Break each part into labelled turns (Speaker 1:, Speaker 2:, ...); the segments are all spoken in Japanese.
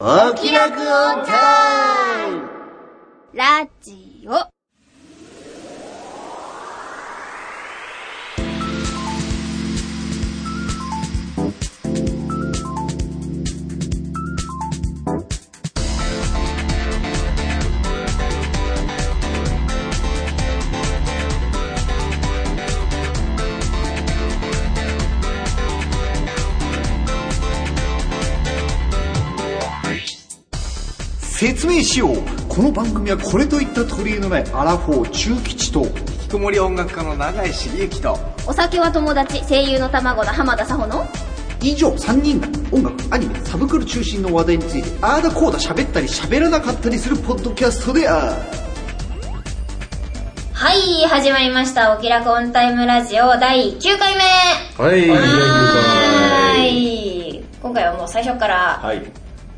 Speaker 1: お気楽オンタイム
Speaker 2: ラジオ。
Speaker 1: 説明しようこの番組はこれといった取り柄のないアラフォー中吉と
Speaker 3: 引きこもり音楽家の永井茂之と
Speaker 2: お酒は友達、声優の卵の浜田さほの。
Speaker 1: 以上3人が音楽アニメサブクル中心の話題についてああだこうだ喋ったり喋らなかったりするポッドキャストである
Speaker 2: はい、始まりました。お気楽オンタイムラジオ第9回目。
Speaker 4: はい、
Speaker 2: はーい。今回はもう最初から、
Speaker 3: はい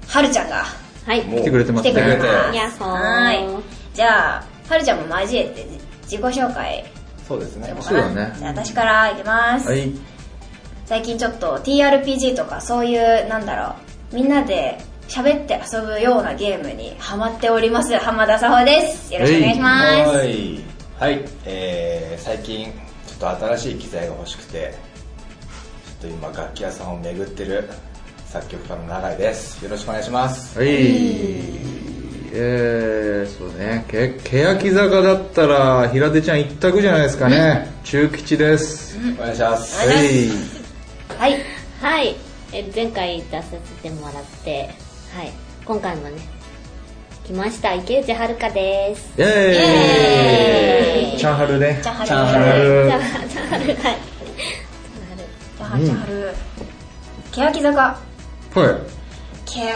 Speaker 2: はるちゃんが
Speaker 5: はい。
Speaker 4: 来てくれてま
Speaker 2: 来
Speaker 4: す
Speaker 2: てくれて
Speaker 4: ね。
Speaker 2: ます。
Speaker 5: やっほー
Speaker 2: はーい。じゃあ、はるちゃんも交えて自己紹介
Speaker 3: そうです
Speaker 2: し
Speaker 3: ね
Speaker 2: ようかな。
Speaker 4: そうだね
Speaker 2: じゃあ私からいきます。
Speaker 4: はい、
Speaker 2: 最近ちょっと TRPG とかそういうなんだろうみんなで喋って遊ぶようなゲームにハマっております浜田沙帆ですよろしくお願いします、
Speaker 3: はいはいえー、最近ちょっと新しい機材が欲しくてちょっと今楽器屋さんを巡ってる作曲家の永井ですよろしくお願いします
Speaker 4: はい、えー、そうね、け、欅坂だったら、平手ちゃん一択じゃないですかね。中吉です。
Speaker 3: お願いします
Speaker 4: は
Speaker 3: はい
Speaker 4: い、
Speaker 2: はい
Speaker 5: はい。え、前回出させてもらって、はい。今回もね、来ました。池内遥です。
Speaker 4: イ
Speaker 2: エ
Speaker 4: エ
Speaker 2: ー
Speaker 4: ー
Speaker 2: イ
Speaker 4: イ。チャンハルね
Speaker 2: チャ。ンハル
Speaker 3: チャンハル。
Speaker 5: じ
Speaker 4: えー
Speaker 5: ゃあ、じゃあ、遥、はい。
Speaker 2: チャンハルチャンハル、欅坂
Speaker 4: はい、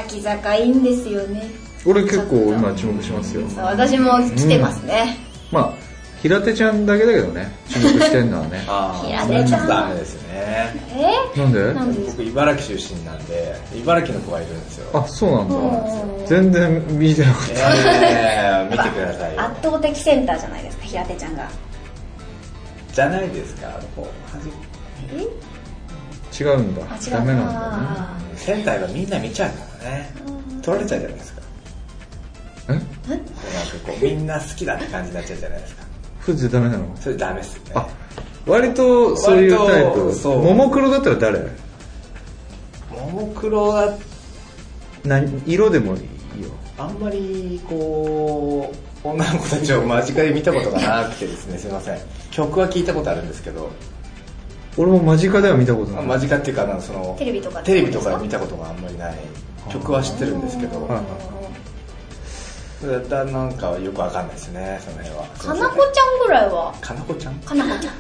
Speaker 2: 欅坂いいんですよね
Speaker 4: 俺結構今注目しますよ。
Speaker 2: そう私も来てますね、
Speaker 4: まあ、平手ちゃんだけだけどね、注目してんのはね
Speaker 3: あー
Speaker 2: 平
Speaker 3: それ
Speaker 2: 手
Speaker 3: は
Speaker 2: ち
Speaker 3: ち
Speaker 2: ゃ
Speaker 3: ょ
Speaker 2: ん
Speaker 3: っとダメですよね
Speaker 2: え
Speaker 4: なんで
Speaker 2: なんで
Speaker 3: 僕茨城出身なんで茨城の子がいるん ですよ
Speaker 4: あ、そうなん
Speaker 3: そうなん
Speaker 4: だ。
Speaker 3: ですよ
Speaker 4: 全然見てなかっ
Speaker 3: えー、見てくださいよ
Speaker 2: 圧倒的センターじゃないですか平手ちゃんが
Speaker 3: じゃないですかこう端っこ
Speaker 4: た。違うんだ
Speaker 2: あ。違う
Speaker 4: ダメなんだね。
Speaker 2: あ
Speaker 3: 仙台はみんな見ちゃうからね取られちゃうじゃないですか
Speaker 4: え
Speaker 3: こうなんかこうみんな好きだって感じになっちゃうじゃないですか
Speaker 4: 富士ダメなの
Speaker 3: それダメっすね
Speaker 4: あ割とそういうタイ
Speaker 3: 割と
Speaker 4: プ
Speaker 3: そう
Speaker 4: ももクロだったら誰
Speaker 3: ももクロは
Speaker 4: 何色でもいいよ
Speaker 3: あんまりこう女の子たちを間近で見たことがなくてですねすいません曲は聞いたことあるんですけど
Speaker 4: 俺も間近では見たことな
Speaker 3: まあ
Speaker 4: い、
Speaker 3: 間近っていうかなんかその
Speaker 2: テレビとかで
Speaker 3: テレビとかで見たことがあんまりない曲は知ってるんですけど
Speaker 4: はいはい
Speaker 3: だんだんなんかよくわかんないですねその辺は
Speaker 2: かなこちゃんぐらいは
Speaker 3: かなこちゃん
Speaker 2: かなこちゃん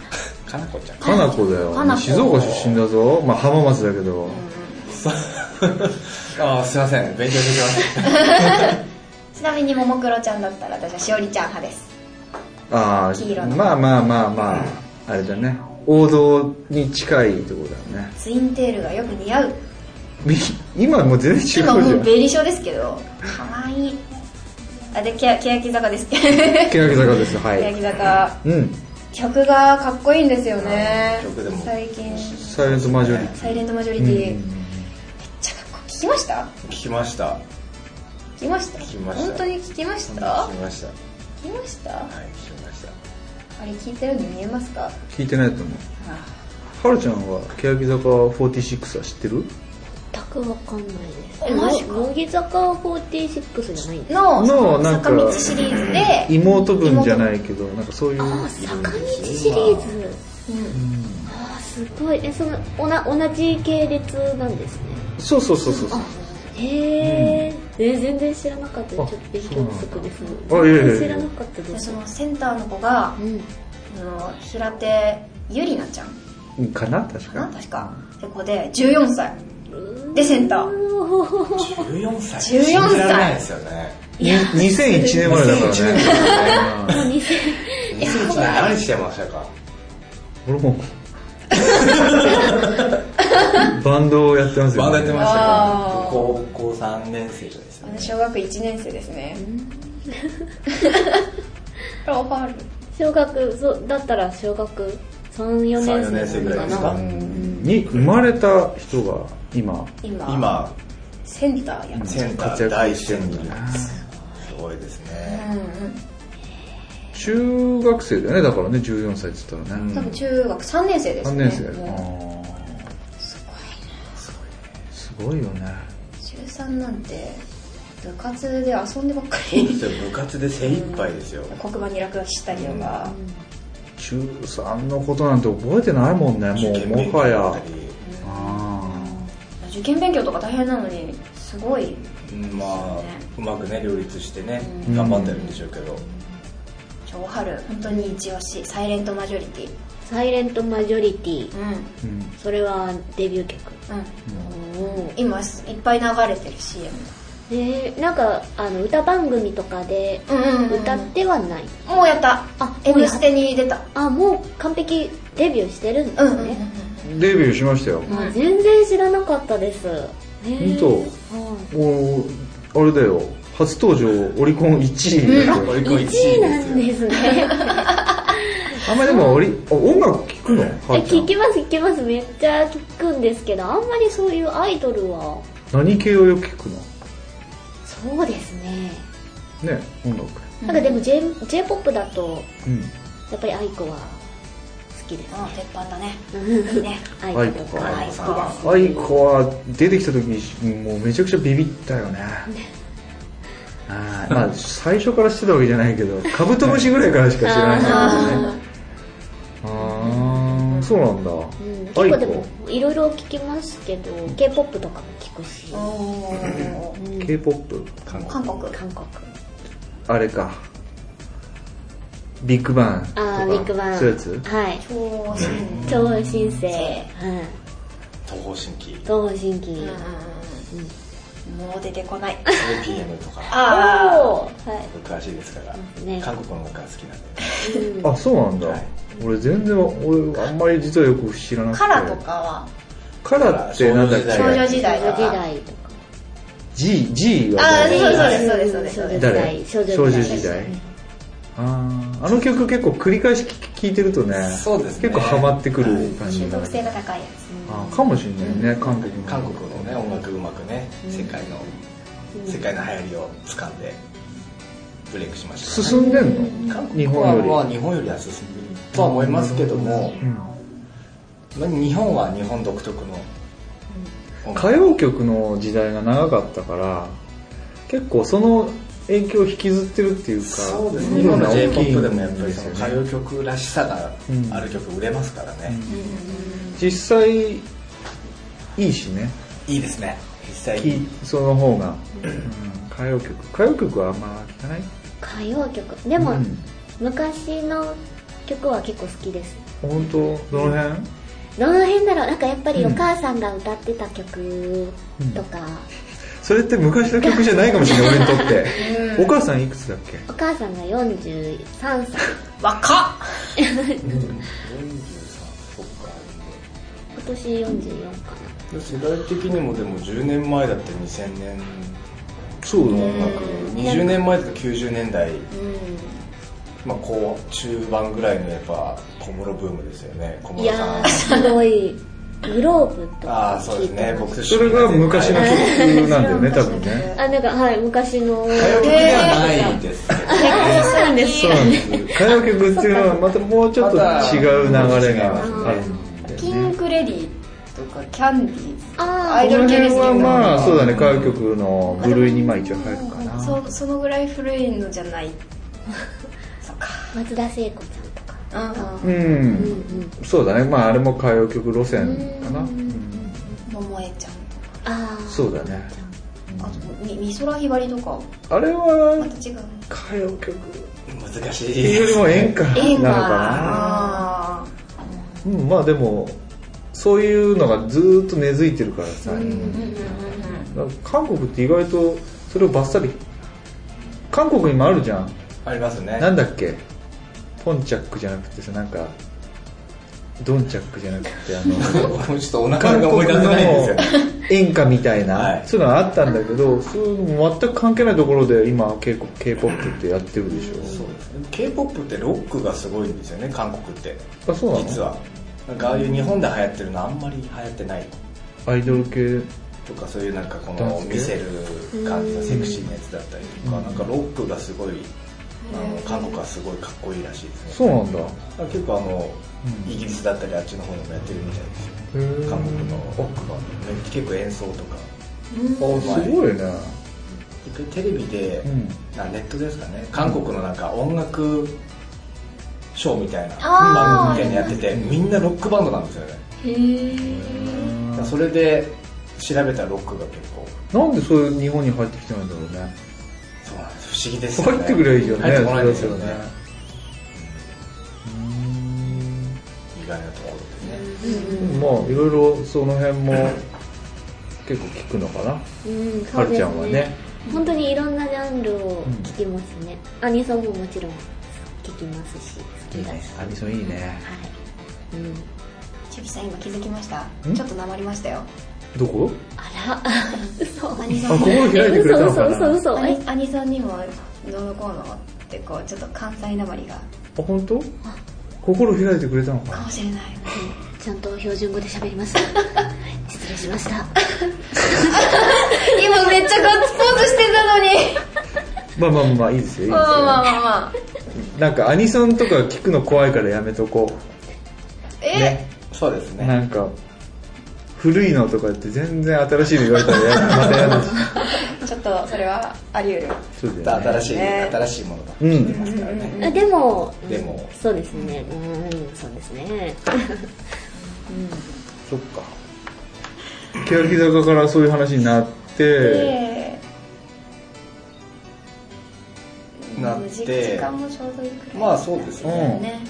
Speaker 3: かなこちゃん
Speaker 4: かなこだよ
Speaker 2: かなこ
Speaker 4: 静岡出身だぞ、まあ、浜松だけど、
Speaker 3: そうあーすいません 勉強してきます
Speaker 2: ちなみにももクロちゃんだったら私はしおりちゃん派です
Speaker 4: あ
Speaker 2: 黄色
Speaker 4: あ
Speaker 2: の
Speaker 4: まあまあまあまああれだね王道に近いとこだね
Speaker 2: ツインテールがよく似合う
Speaker 4: み今もう全然違うじゃ
Speaker 2: 今もうんベリショですけど可愛いあでけや欅坂です欅
Speaker 4: 欅坂ですはい
Speaker 2: 坂
Speaker 4: うん
Speaker 2: 曲がかっこいいんですよね
Speaker 3: 曲でも
Speaker 2: 最近
Speaker 4: サイレントマジョリテ
Speaker 2: サイレントマジョリティ、
Speaker 4: ィ、
Speaker 2: めっちゃかっこいい聞きました
Speaker 3: 聞きました
Speaker 2: 聞きました
Speaker 3: 聞きました
Speaker 2: 本当に聞きました
Speaker 3: 聞きましたは
Speaker 2: 聞きましたあ
Speaker 3: い聞きました
Speaker 2: れ聞いてるんで見えますか
Speaker 4: 聞いてないと思うはるちゃんは欅坂46は知ってる
Speaker 5: 全くわかんないです。
Speaker 2: えマジか
Speaker 5: 乃木坂46じゃないんです
Speaker 2: の
Speaker 4: のなんか
Speaker 2: 坂道シリーズで
Speaker 4: 妹分じゃないけどなんかそういう
Speaker 5: あ、坂道シリーズ。あ、すごい。え、その、おな、同じ系列なんですね。
Speaker 4: そうそうそうそうそう
Speaker 5: へーえ全然知らなかったちょ
Speaker 4: あ
Speaker 5: っと勉強不足です
Speaker 4: そうなんだあいえいえいえ
Speaker 5: 知らなかった
Speaker 2: で
Speaker 5: です
Speaker 2: そのセンターの子が
Speaker 5: うん
Speaker 2: あの平手ゆりなちゃん
Speaker 4: かな確
Speaker 2: かな
Speaker 4: か
Speaker 2: 確かでこで14歳でセンター
Speaker 3: 14歳
Speaker 2: 14歳
Speaker 3: 信じられないですよね
Speaker 4: に2001年生まれだから ね
Speaker 3: ね
Speaker 5: いや
Speaker 3: 2001年何してましたか
Speaker 4: 俺も バンドをやってますよ、
Speaker 3: バンドやってました
Speaker 2: あ
Speaker 3: か
Speaker 2: ー
Speaker 3: 高校3年生ですよね
Speaker 2: 私小学1年生ですねこれオファーある
Speaker 5: 小学そうだったら小学34
Speaker 3: 3、4
Speaker 5: 年
Speaker 3: 年生
Speaker 5: 生
Speaker 3: ぐ
Speaker 5: な
Speaker 3: らい
Speaker 5: の
Speaker 3: です
Speaker 5: か
Speaker 3: か
Speaker 5: な
Speaker 4: に生まれた人が今
Speaker 2: 今
Speaker 3: 今、
Speaker 2: センターやっ
Speaker 3: センタ
Speaker 4: 活躍して
Speaker 3: ー
Speaker 4: る
Speaker 3: 第一線にいるすごいです
Speaker 2: う
Speaker 3: ね、
Speaker 2: んうん
Speaker 4: 中学生だよねだからね14歳って言ったらね、
Speaker 2: 多分中学3年生です
Speaker 4: 3
Speaker 2: ね
Speaker 4: 年生、
Speaker 2: も
Speaker 4: すごいよね
Speaker 2: う中3なんて部活で遊んでばっかり
Speaker 3: そう部活で精一杯ですよ、
Speaker 2: 黒板に落書きしたりとか、
Speaker 4: 中3のことなんて覚えてないもんね
Speaker 3: 受験
Speaker 4: もう
Speaker 3: 勉
Speaker 4: もは
Speaker 3: 強だっ
Speaker 4: や
Speaker 3: たり
Speaker 4: あ
Speaker 2: 受験勉強とか大変なのにすごい
Speaker 3: うんまあうまくね両立してね
Speaker 4: ん
Speaker 3: 頑張ってるんでしょうけど、
Speaker 2: 超春本当に一押しサイレントマジョリティ
Speaker 5: サイレントマジョリティ
Speaker 2: うんうん
Speaker 4: ーうん
Speaker 5: それはデビュー曲おー
Speaker 2: 今いっぱい流れてる CM
Speaker 5: えー、なんかあの歌番組とかで
Speaker 2: うんうんうん
Speaker 5: 歌ってはない、
Speaker 2: もうやった
Speaker 5: あ
Speaker 2: 「M ステ」に出た
Speaker 5: あもう完璧デビューしてるんで
Speaker 2: うん
Speaker 5: す
Speaker 2: うんうん
Speaker 5: ね、
Speaker 4: デビューしましたよ
Speaker 5: あ全然知らなかったですえー
Speaker 4: 本
Speaker 5: は
Speaker 4: おーあれだよ初登場オリコン1位だよ
Speaker 3: オリ
Speaker 5: い
Speaker 3: コン1位です
Speaker 5: 1位
Speaker 3: よ
Speaker 5: なんですね
Speaker 4: あんまりでもオリあ音楽聴くの
Speaker 5: え
Speaker 4: はるちゃん
Speaker 5: 聞きます聞きますめっちゃ聞くんですけどあんまりそういうアイドルは
Speaker 4: 何系をよく聞くの
Speaker 5: そうですね
Speaker 4: ね音楽
Speaker 5: なんかでも J j p o p だと
Speaker 4: うん
Speaker 5: やっぱりアイコは好きです
Speaker 2: あ鉄板だねいいね
Speaker 5: アイ
Speaker 4: 愛
Speaker 5: コと
Speaker 4: 子
Speaker 5: か
Speaker 4: か
Speaker 2: 愛子が好
Speaker 4: 愛子は出てきた時にもうめちゃくちゃビビったよねあーまあ最初からしてたわけじゃないけどカブトムシぐらいからしか知らないからねああそうなんだ
Speaker 5: うん、結
Speaker 4: 愛
Speaker 5: 構でも
Speaker 4: 子
Speaker 5: いろいろ聞きますけど k p o p とかも聞くし
Speaker 2: おお
Speaker 4: k p o p
Speaker 3: 韓
Speaker 2: 韓
Speaker 3: 国
Speaker 2: 国
Speaker 5: 韓国
Speaker 4: あれかビッグバンと
Speaker 5: あ
Speaker 4: か
Speaker 5: あビッグバン
Speaker 4: そういうやつ
Speaker 5: はい
Speaker 2: 超好き
Speaker 5: 超新星、うん、
Speaker 3: 東方神起
Speaker 5: 東方神起、
Speaker 2: うんうんうんもう出てこない
Speaker 3: APM とか
Speaker 2: あ
Speaker 5: おーはい
Speaker 3: 詳しいですから、
Speaker 5: ね
Speaker 3: 韓国の音楽が好きなんで
Speaker 4: あそうなんだ、
Speaker 3: はい
Speaker 4: 俺全然俺あんまり実はよく知らな
Speaker 2: あ
Speaker 4: くて
Speaker 2: カラとかは
Speaker 4: カラってなんだっ
Speaker 2: 少女
Speaker 4: け
Speaker 2: 時
Speaker 5: 少
Speaker 2: 代
Speaker 5: 女
Speaker 2: と
Speaker 5: 時
Speaker 2: か
Speaker 5: 代とか
Speaker 4: G, G は
Speaker 2: あ
Speaker 4: 誰
Speaker 2: そうそうですそうですそうですそうです
Speaker 4: 誰
Speaker 5: 少女時代
Speaker 4: 少女時代あーあの曲結構繰り返し聴いてるとね
Speaker 3: そうですね
Speaker 4: 結構ハマってくる感じ
Speaker 2: 中毒性が
Speaker 4: い
Speaker 2: 高いや
Speaker 4: あーかもしれないね韓国の
Speaker 3: 韓国のね音楽うまくね世界の、世界の流行りを掴んでブレイクしましたね、
Speaker 4: 進んでんの
Speaker 3: 韓国
Speaker 4: 日本
Speaker 3: は
Speaker 4: よ
Speaker 3: まあ日本よりは進んでるとは思いますけども、
Speaker 4: り、うん
Speaker 3: まあ日本は日本独特の音楽
Speaker 4: 歌謡曲の時代が長かったから結構その影響を引きずってるっていうか
Speaker 3: そうですね
Speaker 4: 部
Speaker 3: 今
Speaker 4: 分
Speaker 3: の
Speaker 4: が
Speaker 3: j
Speaker 4: 大
Speaker 3: p
Speaker 4: きい
Speaker 3: o
Speaker 4: ん
Speaker 3: でもやっぱり
Speaker 4: です
Speaker 3: その
Speaker 4: よ
Speaker 3: 歌
Speaker 4: ね
Speaker 3: 謡曲らしさがある曲売れますからね、
Speaker 4: 実際いいしね
Speaker 3: いいですね実際
Speaker 4: き
Speaker 3: に
Speaker 4: その方が、うん歌謡曲歌謡曲はあんま聞かない
Speaker 5: 歌謡曲でも、
Speaker 4: うん
Speaker 5: 昔の曲は結構好きです
Speaker 4: 本当どの辺、
Speaker 5: どの辺だろうなんかやっぱり
Speaker 4: う
Speaker 5: お
Speaker 4: ん
Speaker 5: 母さんが歌ってた曲とか、
Speaker 4: それって昔の曲じゃないかもしれない俺にとって、 お母さんいくつだっけ
Speaker 5: お母さんが43歳
Speaker 2: つ若っ
Speaker 3: そっか
Speaker 5: 今年44か
Speaker 3: 世代的にもでも10年前だって2000年
Speaker 4: そうだ
Speaker 3: 音楽20年前だと90年代、まあこう中盤ぐらいのやっぱ小室ブームですよね小
Speaker 5: な
Speaker 3: 室
Speaker 5: いや
Speaker 3: さん
Speaker 5: ーすごいグローブと
Speaker 3: あ
Speaker 5: か
Speaker 3: あそうですね僕
Speaker 4: それが昔の
Speaker 3: はい
Speaker 4: 曲なんだよね多分ね
Speaker 5: あなんかはい昔の
Speaker 3: 歌謡曲ではないですけど
Speaker 5: そうなんです
Speaker 4: そうなんです歌謡曲っていうのはまたもうちょっと違う流れがあるんだよ
Speaker 2: キ
Speaker 4: ね
Speaker 2: ングレディとかキャンディーズ
Speaker 5: あ
Speaker 2: アイ
Speaker 4: こ
Speaker 2: ド
Speaker 4: の
Speaker 2: ル
Speaker 4: 辺
Speaker 2: 系ですけ
Speaker 4: は
Speaker 2: ど
Speaker 4: まあそうだね歌謡曲の部類にまあ一応入るかな
Speaker 2: そそのぐらい古いのじゃない
Speaker 5: ー松田聖子ちゃんとか
Speaker 2: うんうん
Speaker 4: うん、そうだねまああれも歌謡曲路線かな、
Speaker 2: 桃江ちゃん
Speaker 5: ああ
Speaker 4: そうだね
Speaker 2: とかあとみ美空ひばりとか
Speaker 4: あれ
Speaker 2: ま
Speaker 4: は
Speaker 2: た違う
Speaker 4: 歌謡曲
Speaker 3: 難しい
Speaker 4: っていうよりも演歌なの
Speaker 2: 演
Speaker 4: か
Speaker 2: 歌
Speaker 4: な
Speaker 2: あ
Speaker 4: うん、まあでもそういうのがずーっと根付いてるからさ、だから韓国って意外とそれをバッサリ韓国にもあるじゃん
Speaker 3: ありますね
Speaker 4: なんだっけポンチャックじゃなくてさなんかドンチャックじゃなくてあの
Speaker 3: 僕もちょっとお腹が思い出せないんですよね
Speaker 4: 演歌みたいな、
Speaker 3: はい
Speaker 4: そういうのがあったんだけどそういうの全く関係ないところで今 k p o p ってやってるでし
Speaker 3: そうですね K-POP ってロックがすごいんですよね韓国って
Speaker 4: ょあそうなの
Speaker 3: 実はなんかああいう日本で流行ってるのあんまり流行ってない
Speaker 4: アイドル系
Speaker 3: とかそういうなんかこ
Speaker 4: ダン
Speaker 3: の
Speaker 4: ス系
Speaker 3: 見せる感じのセクシーなやつだったりとか、なんかロックがすごいあの韓国はすごいかっこいいらしいですね
Speaker 4: そうなんだ
Speaker 3: あ結構あの、イギリスだったりあっちの方でもやってるみたいです
Speaker 4: へー
Speaker 3: よ韓国のロックバンドね結構演奏とか
Speaker 4: あすごいね
Speaker 3: 一回テレビで、
Speaker 4: うん
Speaker 3: なネットですかね韓国のなんか音楽ショーみたいな番
Speaker 2: あー
Speaker 3: 組みたいにやっててみんなロックバンドなんですよねだからそれで調べたロックが結構
Speaker 4: なんでそういう日本に入ってきてないんだろうね
Speaker 3: そうなんです不思議ですよね
Speaker 4: 入ってくればいいよね
Speaker 3: 入ってこないんですよ
Speaker 4: そ
Speaker 3: ね
Speaker 4: れだったらうん
Speaker 3: 意外なところですね
Speaker 4: まあいろいろその辺も結構聞くのかな
Speaker 5: うん
Speaker 4: はるちゃんはね
Speaker 5: 本当にいろんなジャンルを聞きますね、アニソンももちろん聞きますし好きだし
Speaker 4: アニソンいいね
Speaker 5: はい、うん、
Speaker 2: チョキさん今気づきました
Speaker 4: ん
Speaker 2: ちょっとなまりましたよ
Speaker 4: どこ
Speaker 5: あら嘘
Speaker 2: アニ
Speaker 4: あ
Speaker 2: ソン
Speaker 4: 心開いてくれたのか
Speaker 5: 嘘
Speaker 4: な
Speaker 5: 嘘嘘嘘
Speaker 2: ア
Speaker 5: え
Speaker 2: ニアニソンにもどうのこうのってこうちょっと関西なまりが
Speaker 4: あ本当心開いてくれたのか
Speaker 2: か
Speaker 4: な
Speaker 2: も しれない
Speaker 5: ちゃんと標準語で喋りました 失礼しました
Speaker 2: 今めっちゃガッツポーズしてたのに
Speaker 4: まあまあまあまあいいですよいいで
Speaker 2: まあまあますあまあまあ
Speaker 4: よなんかアニソンとか聞くの怖いからやめとこう
Speaker 2: え
Speaker 4: ね
Speaker 3: そうですね
Speaker 4: なんか古いのとかって全然新しいの言われたらやまたやだし
Speaker 2: ちょっとそれはあり得る
Speaker 4: そうだよね
Speaker 3: 新しい、
Speaker 2: ね
Speaker 3: 新しいものが
Speaker 4: うん
Speaker 3: 来てますからね、
Speaker 5: あでも
Speaker 3: でも
Speaker 5: そうですねうんそうです ね
Speaker 4: そっか欅坂からそういう話になって
Speaker 2: で
Speaker 3: なっ
Speaker 2: 時
Speaker 3: て
Speaker 2: 間もちょうどいいくらい
Speaker 3: まあそうです
Speaker 4: う
Speaker 3: ね、
Speaker 4: ん
Speaker 2: ね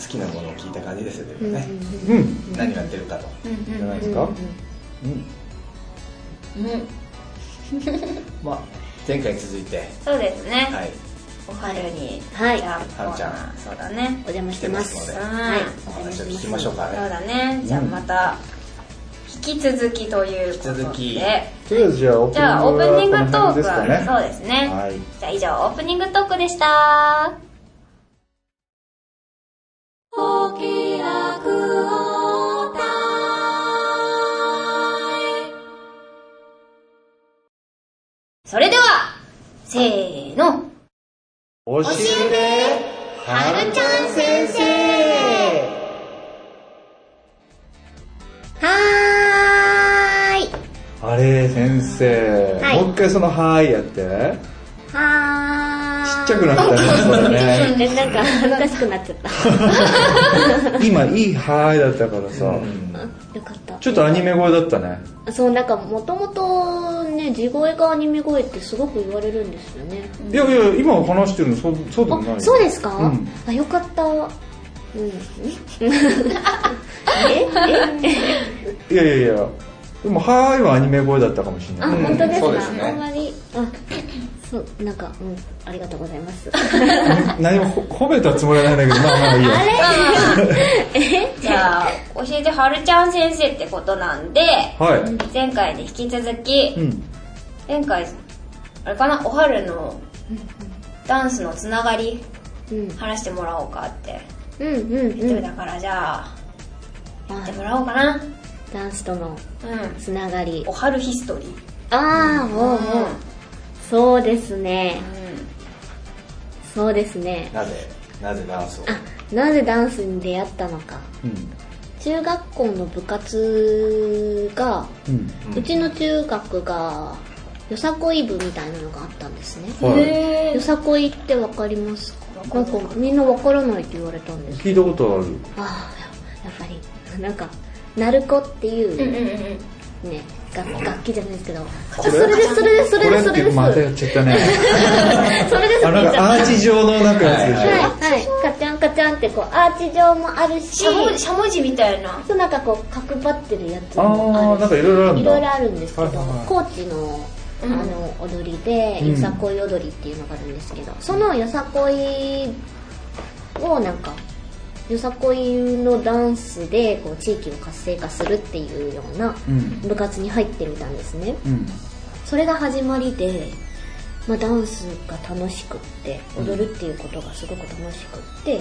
Speaker 3: 好きなものを聞いた感じですよね、
Speaker 4: うん
Speaker 3: 何が出るかと、
Speaker 2: うん
Speaker 3: じゃない
Speaker 4: で
Speaker 3: で
Speaker 4: すす
Speaker 3: か、
Speaker 4: かうん
Speaker 2: うん
Speaker 3: まあ前回に続いて
Speaker 2: そうですね、
Speaker 3: はい
Speaker 2: お春に、
Speaker 5: はい
Speaker 2: じゃあ
Speaker 3: はるちゃん
Speaker 2: コーナーそうだね
Speaker 5: お邪魔してます
Speaker 3: 来てますので
Speaker 5: はい
Speaker 3: お話を聞きましょうか
Speaker 2: そう
Speaker 3: ね
Speaker 2: だねじゃあまた引き続きということで
Speaker 3: 引き続き
Speaker 4: とりあえずじゃあオ
Speaker 2: じゃあオープニング
Speaker 4: ー
Speaker 2: ト
Speaker 4: はこの辺で
Speaker 2: ーク
Speaker 4: すか
Speaker 2: は、
Speaker 4: ね
Speaker 2: そうですね、
Speaker 4: はい
Speaker 2: じゃあ以上オープニングトークでしたそれではせーの
Speaker 4: 教えてはるちゃん先生
Speaker 5: はーい
Speaker 4: あれ先生、
Speaker 5: はい
Speaker 4: もう一回その「はーい」やってち
Speaker 5: はーい
Speaker 4: っちゃくなったねそうだね
Speaker 5: えなんか恥ずかしくなっちゃった
Speaker 4: 今いい「はーい」だったからさ、
Speaker 5: よかった
Speaker 4: ちょっとアニメ声だったね
Speaker 5: そうなんかもともとね地声がアニメ声ってすごく言われるんですよね、
Speaker 4: いやいや今話してるのそうそうでもないよ
Speaker 5: あそうですか、
Speaker 4: うん
Speaker 5: あよかったうんえええ
Speaker 4: いやいやいやでも「はーい」はアニメ声だったかもしれ
Speaker 5: あ、
Speaker 4: ない
Speaker 5: 本当ですか
Speaker 3: そうですね
Speaker 5: あんまりあそうなんかうんありがとうございます
Speaker 4: 何もほ褒めたつもりはないんだけどまあまあいいよ
Speaker 2: じゃあ教えてはるちゃん先生ってことなんで
Speaker 4: はい、
Speaker 2: 前回に引き続き、
Speaker 4: うん、
Speaker 2: 前回あれかなおはるのダンスのつながり
Speaker 5: うん
Speaker 2: 話してもらおうかって
Speaker 5: うんうん
Speaker 2: 言っ
Speaker 5: う
Speaker 2: て
Speaker 5: ん
Speaker 2: たからじゃあ
Speaker 5: あ
Speaker 2: やってもらおうかな
Speaker 5: ダンスとの
Speaker 2: うん
Speaker 5: つながり
Speaker 2: おはるヒストリー
Speaker 5: ああもうもうそうですね
Speaker 2: う
Speaker 5: そうですね
Speaker 3: なぜなぜダンスを
Speaker 5: あなぜダンスに出会ったのか
Speaker 4: うん
Speaker 5: 中学校の部活が、
Speaker 4: うん
Speaker 5: うちの中学がよさこい部みたいなのがあったんですね、
Speaker 4: はい
Speaker 2: へ
Speaker 5: よさこいってわかりますか
Speaker 2: わか
Speaker 5: なんん
Speaker 2: ない
Speaker 5: かみんなわからないって言われたんです
Speaker 4: 聞いたことある
Speaker 5: ああややっぱりなんか鳴子っていう
Speaker 2: うん
Speaker 5: ね、
Speaker 2: うんうん
Speaker 5: 楽楽器じゃないですけど
Speaker 4: こ
Speaker 5: そ
Speaker 4: れ
Speaker 5: れですそれですそれです
Speaker 4: こ
Speaker 5: そ
Speaker 4: れっ
Speaker 5: れで
Speaker 4: て
Speaker 5: す
Speaker 4: またやっちゃったね
Speaker 5: それです
Speaker 4: あなんかアーチ状のなんかやつでしょ、
Speaker 5: はいはいカチャンカチャンってこうアーチ状もあるし
Speaker 2: しゃもしゃもじみたいな
Speaker 5: そうなんかこう角張ってるやつ
Speaker 4: あ
Speaker 5: も
Speaker 4: ー
Speaker 5: ある
Speaker 4: なんかいろいろあるんだ
Speaker 5: いろいろあるんですけど、
Speaker 4: はいはいはい
Speaker 5: 高知のあ
Speaker 2: うん
Speaker 5: の踊りで、
Speaker 4: うん
Speaker 5: よさこい踊りっていうのがあるんですけどそのよさこいをなんかよさこいのダンスでこう地域を活性化するっていうような
Speaker 4: うん
Speaker 5: 部活に入ってみたんですね、
Speaker 4: うん
Speaker 5: それが始まりで、まあ、ダンスが楽しくって踊るっていうことがすごく楽しくって、はい、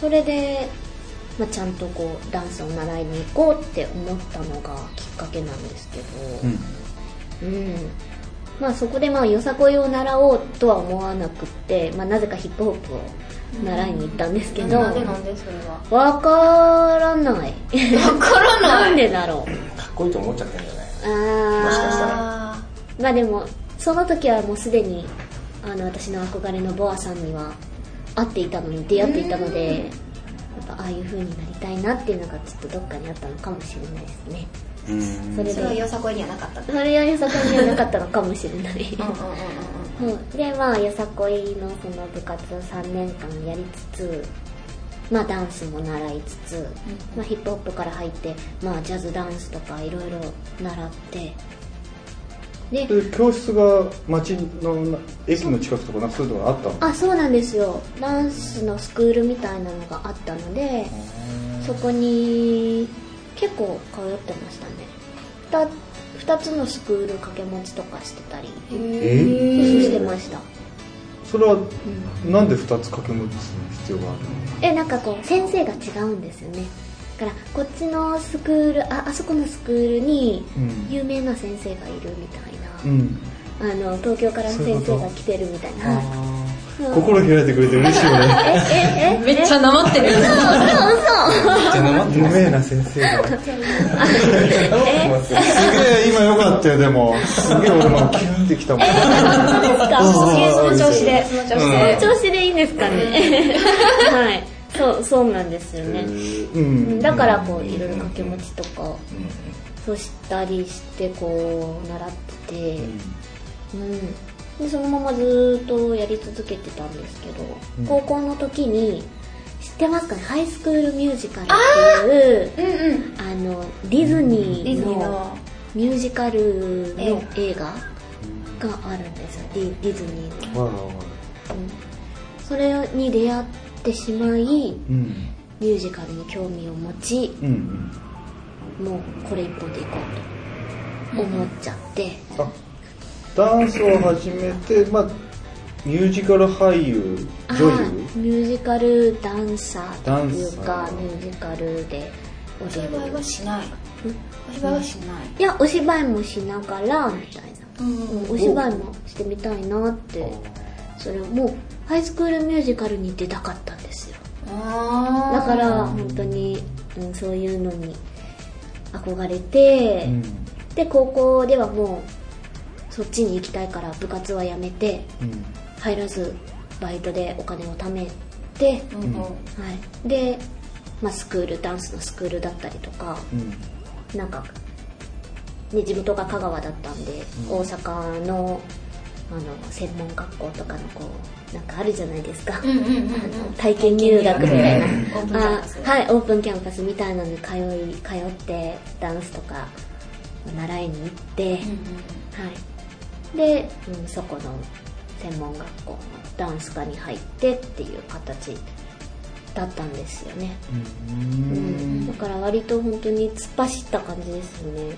Speaker 5: それでまあ、ちゃんとこうダンスを習いに行こうって思ったのがきっかけなんですけど、
Speaker 1: うん
Speaker 5: うんまあ、そこでまあよさこいを習おうとは思わなくって、まあ、なぜかヒップホップを習いに行ったんですけど、
Speaker 2: なんでなんでそれは
Speaker 5: わからない
Speaker 2: わからな
Speaker 5: ないんでだろう
Speaker 3: かっこいいと思っちゃってんじゃない
Speaker 5: あ
Speaker 3: もし
Speaker 5: あ
Speaker 3: かしたら
Speaker 2: あ
Speaker 5: まあでもその時はもうすでにあの私の憧れのボアさんには会っていたのに出会っていたのでやっぱああいう風になりたいなっていうのがちょっとどっかにあったのかもしれないですね
Speaker 1: うん
Speaker 5: そ
Speaker 2: ー
Speaker 5: れ
Speaker 2: それは
Speaker 5: で
Speaker 2: よさこいにはなかったんだ
Speaker 5: それよりそこにはなかったのかもしれ ない
Speaker 2: うんうんうんうん
Speaker 5: うんでまあよさこいのその部活を3年間やりつつまあダンスも習いつつ、まあ、ヒップホップから入ってまあジャズダンスとかいろいろ習ってで
Speaker 4: で教室が町の駅の近くとかなんかそういうのがあったの
Speaker 5: あそうなんですよダンスのスクールみたいなのがあったのでそこに結構通ってましたね 2, つのスクール掛け持ちとかしてたり
Speaker 4: え
Speaker 5: してました
Speaker 4: それはなんで2つ掛け持ちする必要があるの
Speaker 5: えなんかこう先生が違うんですよねだからこっちのスクールああそこのスクールに
Speaker 4: うん
Speaker 5: 有名な先生がいるみたいな、
Speaker 4: うん
Speaker 5: あの東京から先生が来てるみたいなはいうん
Speaker 4: 心開いてくれて嬉しいよね
Speaker 5: ええ
Speaker 2: めっちゃなまってる
Speaker 4: 有名な先生が
Speaker 3: 思いますよ
Speaker 4: すげえ今よかったよでもすげえ俺もキュンってきたもん
Speaker 5: そうですか
Speaker 2: その調子でその調子で
Speaker 5: 調子でいいんですかねはいそうそうなんですよね、
Speaker 4: うん
Speaker 5: だからこういろいろ掛け持ちとかそうしたりしてこう習っててうん、でそのままずーっとやり続けてたんですけど、高校の時に知ってますかねハイスクールミュージカルっていう
Speaker 2: うんうん
Speaker 5: あのディズニ
Speaker 2: ディ
Speaker 5: ー
Speaker 2: ズニー
Speaker 5: の
Speaker 2: の
Speaker 5: ミュージカルの映画があるんですよディディズニーの
Speaker 4: わらわら
Speaker 5: それに出会ってしまいミ
Speaker 4: うん
Speaker 5: ュージカルに興味を持ち
Speaker 4: うん
Speaker 5: もうこれ一本でいこうと思っちゃって、
Speaker 4: あダンスを始めて、まあ、ミュージカル俳優
Speaker 5: あ
Speaker 4: 女
Speaker 5: ー
Speaker 4: 優
Speaker 5: ミュージカルダンサーという
Speaker 4: ダン
Speaker 5: か
Speaker 4: サー
Speaker 5: ミュージカルで
Speaker 2: お
Speaker 5: 踊
Speaker 2: 芝居
Speaker 5: る
Speaker 2: はしないお芝居はしない
Speaker 5: いやお芝居もしながらみたいな、
Speaker 2: うん
Speaker 5: お芝居もしてみたいなってそれをもうハイスクールミュージカルに出たかったんですよだ
Speaker 2: だ
Speaker 5: から本当に、うん、そういうのに憧れて、
Speaker 4: うん
Speaker 5: で高校ではもうそっちに行きたいから部活はやめて
Speaker 4: うん
Speaker 5: 入らずバイトでお金を貯めて、
Speaker 2: うん
Speaker 5: はい、で、まあ、スクールダンスのスクールだったりとか
Speaker 4: うん
Speaker 5: なんか、ね、地元が香川だったんで、大阪のあの専門学校とかのこうなんかあるじゃないですか、
Speaker 2: うんうんうん
Speaker 5: 体験入学みたい
Speaker 2: オ
Speaker 5: な、
Speaker 2: ープンキャンパス
Speaker 5: あはいオープンキャンパスみたいなのに通い通ってダンスとか習いに行って、はいで、うん、そこの専門学校のダンス科に入ってっていう形だったんですよね、うんだから割と本当に突っ走った感じですよね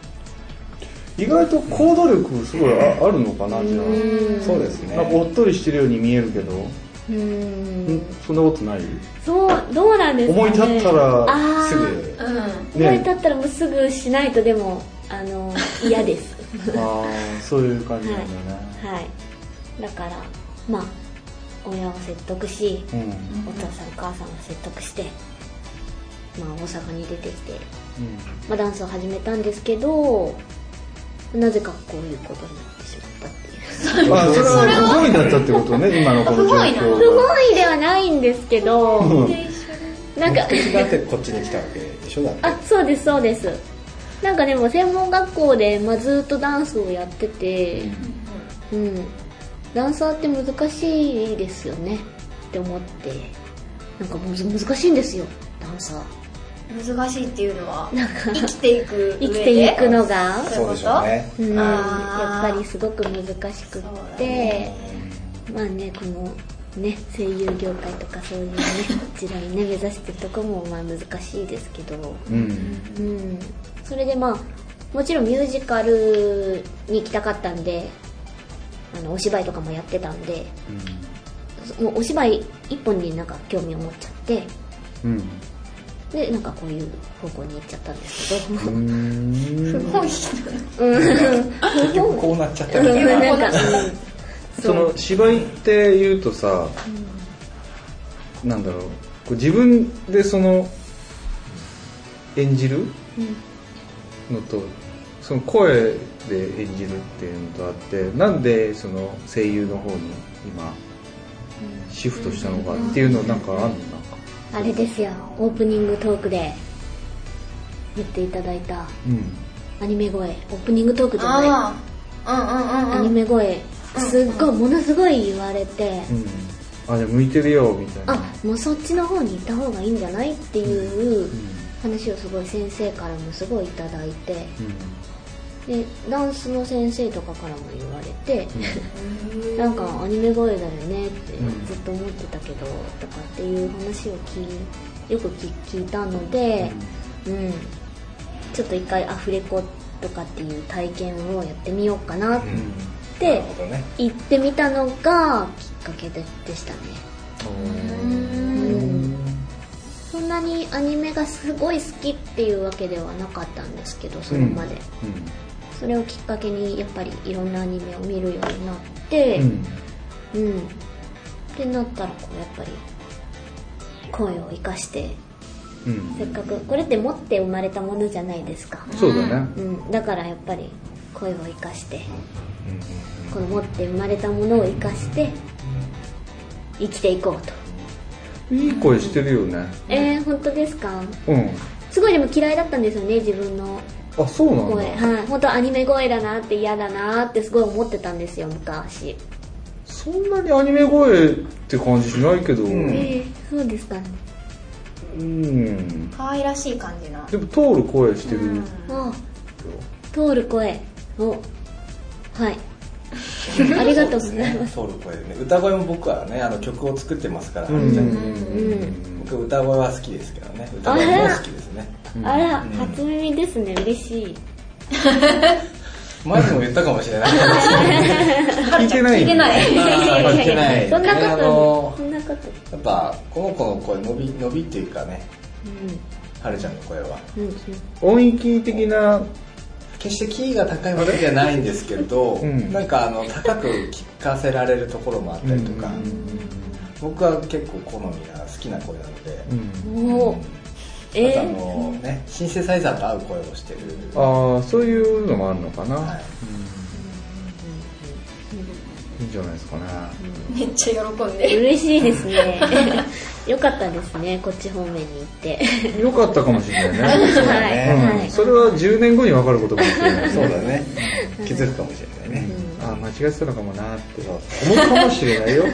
Speaker 4: 意外と行動力すごいああるのかなじゃ
Speaker 3: そうです
Speaker 4: あなんかお
Speaker 3: ね
Speaker 4: っとりしてるように見えるけど、
Speaker 5: うん
Speaker 4: んそんなことない
Speaker 5: そうどうなんですか
Speaker 4: 思
Speaker 5: ね
Speaker 4: い立ったら
Speaker 5: あー
Speaker 4: すぐ
Speaker 2: うんうん
Speaker 5: 思い立ったらもうすぐしないとでもあの嫌です
Speaker 4: ああそういう感じなんだよね、
Speaker 5: はいだからまあ親を説得し
Speaker 4: うん
Speaker 5: お父さんお母さんが説得して、まあ、大阪に出てきて、まあ、ダンスを始めたんですけどなぜかこういうことになってしまったっていう
Speaker 4: うんあそれは不本意だったってこと ね今のこの状
Speaker 2: 不
Speaker 4: 況
Speaker 5: 不
Speaker 4: が
Speaker 5: 本意ではないんですけどなんか
Speaker 3: 目的があってこっちに来たわけでしょだって
Speaker 5: あそうですそうですなんかでも専門学校で、まあ、ずっとダンスをやっててうん、ダンサーって難しいですよねって思ってなんかむず難しいんですよダンサー
Speaker 2: 難しいっていうのは生きていく上で
Speaker 5: 生きていくのが
Speaker 3: そうでしょうね
Speaker 5: うん、や
Speaker 2: あ
Speaker 5: っ
Speaker 2: ー
Speaker 5: ぱりすごく難しく
Speaker 2: そ
Speaker 5: っ
Speaker 2: うだ
Speaker 5: て、まあねこのね声優業界とかそういう ね時代ね目指してるとこもまあ難しいですけど、
Speaker 4: うん
Speaker 5: うん、それでまあもちろんミュージカルに行きたかったんであのお芝居とかもやってたんで、もうお芝居一本になんか興味を持っちゃって
Speaker 4: うん
Speaker 5: でなんかこういう方向に行っちゃったんですけど
Speaker 3: 結局こうなっちゃったみたいな
Speaker 5: なんかうん
Speaker 4: その芝居って言うとさ、なんだろうこう自分でその演じるのと、その声で演じるっていうのとあってなんでその声優の方に今シフトしたのかっていうのなんかあんのなんか、
Speaker 5: あれですよオープニングトークで言っていただいた
Speaker 4: うん、
Speaker 5: アニメ声オープニングトークじゃない
Speaker 2: ああうんうんうんうん
Speaker 5: アニメ声すっごいものすごい言われて、
Speaker 4: うん、あじゃあ向いてるよみたいな
Speaker 5: あもうそっちの方に行った方がいいんじゃないっていう話をすごい先生からもすごいいただいてでダンスの先生とかからも言われて、なんかアニメ声だよねって
Speaker 4: うん
Speaker 5: ずっと思ってたけど、とかっていう話を聞いよく聞聞いたので、うんちょっと一回アフレコとかっていう体験をやってみようかなっ
Speaker 4: うんうん
Speaker 3: なる
Speaker 5: て
Speaker 3: ほどね
Speaker 5: 行ってみたのがきっかけででしたね。うんそんなにアニメがすごい好きっていうわけではなかったんですけどそれまで、それをきっかけにやっぱりいろんなアニメを見るようになって
Speaker 4: うんうん
Speaker 5: うん、ってなったらこうやっぱり声を生かして
Speaker 4: うん
Speaker 5: せっかくこれって持って生まれたものじゃないですか、
Speaker 4: そうだね
Speaker 5: うん、だからやっぱり声を生かしてこの持って生まれたものを生かして生きていこうと
Speaker 4: いい声してるよね
Speaker 5: えー、本当ですか
Speaker 4: うん
Speaker 5: すごいでも嫌いだったんですよね自分の
Speaker 4: あそうなんだ
Speaker 5: 声はい本当アニメ声だなって嫌だなってすごい思ってたんですよ昔
Speaker 4: そんなにアニメ声って感じしないけどう
Speaker 5: え
Speaker 4: ん、
Speaker 5: ー、そうですかね
Speaker 2: 可愛らしい感じの
Speaker 4: でも通る声してる、
Speaker 5: あ通る声を はいありがとうございます
Speaker 3: 通る声でね歌声も僕はねあの曲を作ってますから、僕歌声は好きですけどね歌声も好きですね
Speaker 5: あら初耳ですね嬉しい
Speaker 3: 前にも言ったかもしれない
Speaker 4: 聞いてない
Speaker 2: 聞いてない
Speaker 3: あー聞いてない
Speaker 5: そんなこ
Speaker 3: ねあ
Speaker 5: と
Speaker 3: の
Speaker 5: そんなこと
Speaker 3: やっぱこの子の声伸び伸びっていうかねはるちゃんの声は
Speaker 5: うんうん
Speaker 4: 音域的な
Speaker 3: 決してキーが高いわけじゃないんですけど、
Speaker 4: うん
Speaker 3: なんかあの高く聞かせられるところもあったりとか、僕は結構好みな好きな声なので、
Speaker 5: うんおー
Speaker 3: あとあ
Speaker 5: え
Speaker 3: のねシンセサイザーと合う声をしてる
Speaker 4: ああそういうのもあるのかな、
Speaker 3: はい
Speaker 4: い、いんじゃないですかね、
Speaker 2: めっちゃ喜ん
Speaker 5: ー、
Speaker 2: で
Speaker 5: 嬉しいです ねよかったですねこっち方面に行って
Speaker 4: よかったかもしれないね、
Speaker 5: はい
Speaker 4: うん
Speaker 5: はい
Speaker 4: それは10年後に分かることかもしれない、
Speaker 3: そうだね気づくかもしれないね、
Speaker 4: ああ間違えてたのかもなって思うかもしれないよ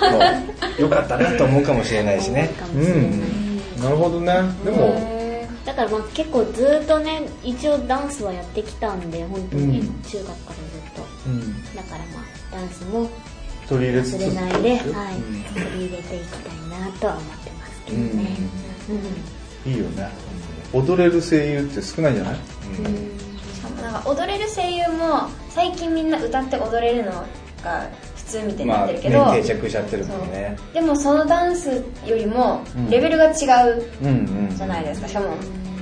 Speaker 3: そうよかったなと思うかもしれないしね
Speaker 5: か
Speaker 4: う
Speaker 5: もしれない
Speaker 4: んなるほどねでも
Speaker 5: だからまあ結構ずーっとね一応ダンスはやってきたんで本当に
Speaker 4: うん
Speaker 5: 中学からずっと、
Speaker 4: うん
Speaker 5: だからまあダンスも
Speaker 4: 取り入れつ
Speaker 5: 忘
Speaker 4: つ
Speaker 5: れないで、はい、取り入れていきたいなとは思ってますけどね、
Speaker 4: いいよね踊れる声優って少ないんじゃない
Speaker 2: しかもなんか踊れる声優も最近みんな歌って踊れるのが普通みたいにな
Speaker 3: ま
Speaker 2: っ
Speaker 3: あ、
Speaker 2: て
Speaker 3: ね
Speaker 2: るけど、
Speaker 3: 定着しちゃってるもんね
Speaker 2: でもそのダンスよりもレベルが違う
Speaker 4: うんうん
Speaker 2: じゃないですかしかも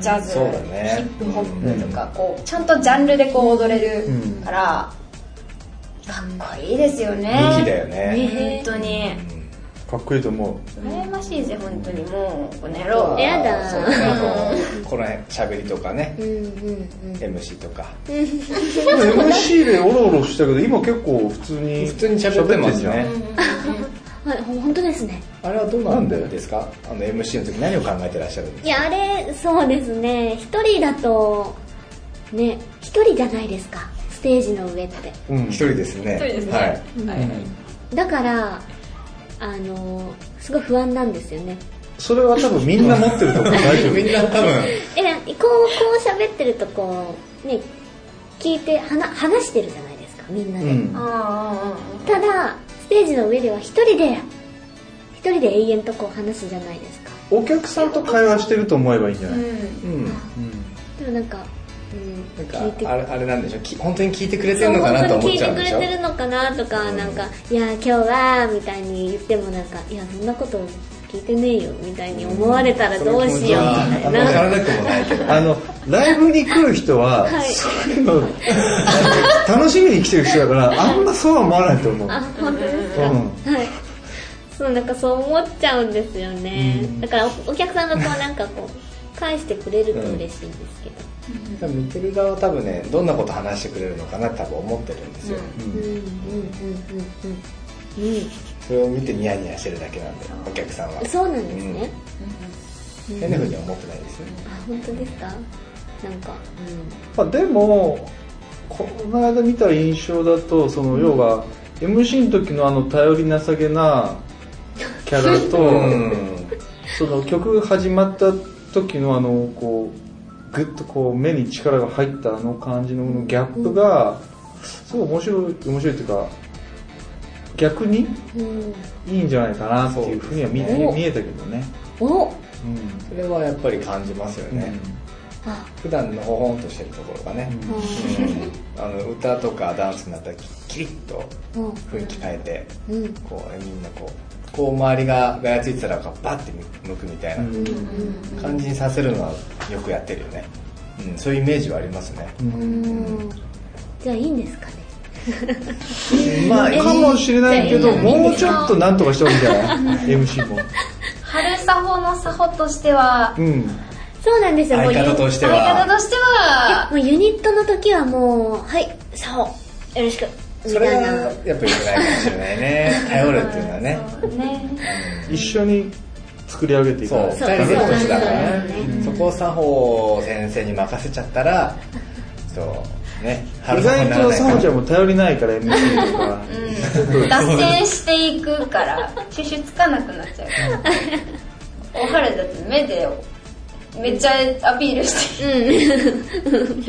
Speaker 2: ジャズ、
Speaker 3: そうだね
Speaker 2: ヒップホップとかこうちゃんとジャンルでこう踊れるから、かっこいいですよね
Speaker 3: 人気だよね
Speaker 2: 本当に
Speaker 4: かっこいいと思う
Speaker 2: 羨ましいぜ本当にもうこの野郎
Speaker 5: やだ
Speaker 3: そうあのこの辺喋りとかね、
Speaker 5: うんうんうん
Speaker 3: MC とか
Speaker 4: MC でおろおろしたけど今結構普通に
Speaker 3: 普通に喋ってます
Speaker 4: じゃん
Speaker 3: ね
Speaker 5: はいほ本当ですね
Speaker 3: あれはどう
Speaker 4: な
Speaker 3: なんん
Speaker 4: で
Speaker 3: ですかあの MC の時何を考えてらっしゃるんです
Speaker 5: いやあれそうですね一人だとね一人じゃないですかステージの上って
Speaker 4: うん
Speaker 3: 一人ですね
Speaker 2: 一人ですね
Speaker 3: はい
Speaker 5: だからあのすごい不安なんですよね
Speaker 4: それは多分みんな持ってると思う大丈夫
Speaker 3: みんな多分
Speaker 5: えこうこう喋ってるとこうね聞いて話話してるじゃないですかみんなで、
Speaker 4: うん
Speaker 2: あ
Speaker 5: ただステージの上では一人で一人で永遠とこう話すじゃないですか
Speaker 4: お客さんと会話してると思えばいいんじゃ
Speaker 2: あ
Speaker 4: ない
Speaker 3: うん
Speaker 5: でもなんか、うん、
Speaker 3: なん
Speaker 5: 聞いて
Speaker 3: かあれあれなんでしょうき本当に聞いてくれてるのかなと
Speaker 5: そう
Speaker 3: 思っ
Speaker 5: 本
Speaker 3: ちゃ
Speaker 5: 当
Speaker 3: うん
Speaker 5: に
Speaker 3: で
Speaker 5: 聞い
Speaker 3: してょ
Speaker 5: くれてるのかなとか、なんか「いや今日は」みたいに言ってもなんか「いやそんなこと聞いてねえよみたいに思われたらどうしようみたい
Speaker 3: やら
Speaker 5: な
Speaker 3: なくもないけど
Speaker 4: あのライブに来る人は、
Speaker 5: い
Speaker 4: そういうの楽しみに来てる人だ からあんまそうは思わないと思う、
Speaker 5: あ本当ですか、
Speaker 4: うん
Speaker 5: はいそうなんかそう思っちゃうんですよね、
Speaker 4: うん
Speaker 5: だからおお客さんがこうなんかこう返してくれると嬉しいんですけど、
Speaker 3: 多分見てる側は多分ねどんなこと話してくれるのかなって多分思ってるんですよ、
Speaker 5: うんうんうんうんうん
Speaker 3: それを見てニヤニヤしてるだけなんでお客さんは
Speaker 5: うんそうなんですね、
Speaker 3: うん変なふうには思ってないですよね
Speaker 5: あ本当ですかなんか
Speaker 4: まあ、でもこの間見た印象だとその、要は MC の時のあの頼りなさげなキャラと、その曲が始まった時のあのこうグッとこう目に力が入ったあの感じのこのギャップがすごい面白い面白いっていうか逆に
Speaker 5: うん、うん、
Speaker 4: いいんじゃないかなっていうふうには見,、
Speaker 5: そうですね
Speaker 4: 見えたけどね、
Speaker 5: お
Speaker 4: うん
Speaker 3: それはやっぱり感じますよね、
Speaker 5: あ
Speaker 3: 普段のほほんとしてるところがね、
Speaker 5: あ
Speaker 3: う
Speaker 5: ー
Speaker 3: んあの歌とかダンスになったらキリッと
Speaker 5: うん
Speaker 3: 雰囲気変えて
Speaker 5: うんうん
Speaker 3: こうみんなこうこう周りがガヤついてたらこうバッて向くみたいな
Speaker 4: うん
Speaker 3: 感じにさせるのはよくやってるよね、うん、そういうイメージはありますね、
Speaker 5: うんじゃあいいんですかね
Speaker 4: まあかもしれないけどもうちょっとなんとかしてほしいんじゃない MC も
Speaker 2: 春サホのサホとしては
Speaker 4: うん
Speaker 5: そうなんですよもう
Speaker 3: 相方と
Speaker 5: ユ
Speaker 3: して
Speaker 2: 相方
Speaker 3: は
Speaker 2: としては
Speaker 5: もうユニットの時はもうはいサホよろしくみ
Speaker 3: それ
Speaker 5: た
Speaker 3: はい
Speaker 5: な
Speaker 3: やっぱり良くないかもしれないね頼るっていうのはね
Speaker 2: そうね
Speaker 4: 一緒に作り上げていく
Speaker 3: そう
Speaker 5: そう
Speaker 3: 2人で腰だから
Speaker 5: そう
Speaker 3: ね
Speaker 5: そうそう
Speaker 3: そこを作法先生に任せちゃったらそうね
Speaker 4: 意外とサホちゃんも頼りないから MC とか、
Speaker 2: 脱線していくから収集つかなくなっちゃうからおはるだって目でめっちゃアピールして
Speaker 5: うん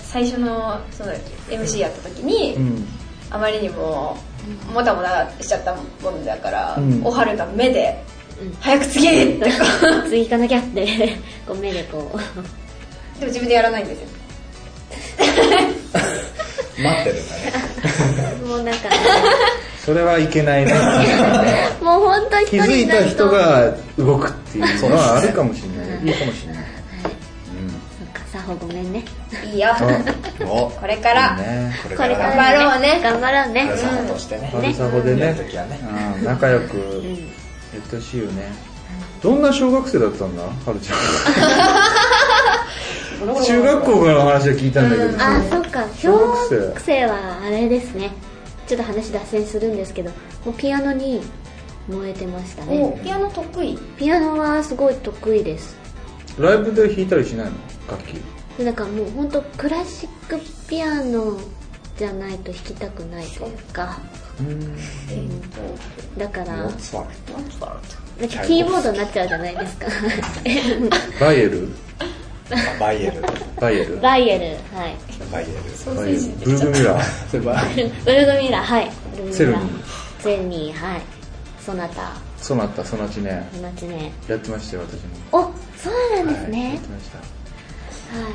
Speaker 2: 最初のその MC やった時に、
Speaker 4: うん
Speaker 2: あまりにももたもたしちゃったもんだから、
Speaker 4: うん
Speaker 2: おはるが目で
Speaker 5: うん
Speaker 2: 「早く次!」ってこ
Speaker 5: 次行かなきゃってごめんねこ
Speaker 2: うでも自分でやらないんですよ
Speaker 3: 待ってるんだね
Speaker 5: うもうなんか
Speaker 4: それはいけないね
Speaker 5: もう本当一
Speaker 4: 気
Speaker 5: 人
Speaker 4: づい
Speaker 5: にな
Speaker 4: た
Speaker 5: ると
Speaker 4: 人が動くっていうのはあるかもしれないいいかもしれない
Speaker 5: そっかサホごめんね
Speaker 2: いいよ
Speaker 3: お
Speaker 2: これから
Speaker 3: いいねこれ
Speaker 5: こ
Speaker 3: か
Speaker 5: れからら
Speaker 2: 頑張ろうね
Speaker 5: 頑張ろうね
Speaker 3: ね作
Speaker 5: うん
Speaker 3: 法としてね
Speaker 4: サルサホで
Speaker 3: や
Speaker 4: ね
Speaker 3: るときはね
Speaker 4: うん仲良くやってほしいよねどんな小学生だったんだはるちゃん 中学校からの話は聞いたんだけど、
Speaker 5: あそっか小
Speaker 4: 小学生
Speaker 5: 学生はあれですねちょっと話脱線するんですけどもうピアノに燃えてました
Speaker 2: お
Speaker 5: ね
Speaker 2: ピアノ得意
Speaker 5: ピアノはすごい得意です
Speaker 4: ライブで弾いたりしないの楽器
Speaker 5: だからもう本当クラシックピアノじゃないと弾きたくないというかだからなん
Speaker 3: モ
Speaker 5: か
Speaker 3: ーツァル
Speaker 5: キーボードになっちゃうじゃないです か
Speaker 4: バイエル
Speaker 3: トバイエル
Speaker 4: バイエルバ
Speaker 5: バイエルはい
Speaker 3: バイエル
Speaker 4: イエルブルーグミラー
Speaker 3: それは
Speaker 5: ブルグミラーはいブルグミラー
Speaker 4: セルニー
Speaker 5: ゼンニーはいソナタ
Speaker 4: そなたそなちね
Speaker 5: マチネ
Speaker 4: やってましたよ私も
Speaker 5: おそうなんです
Speaker 4: や
Speaker 5: ね
Speaker 4: ってました
Speaker 5: はい、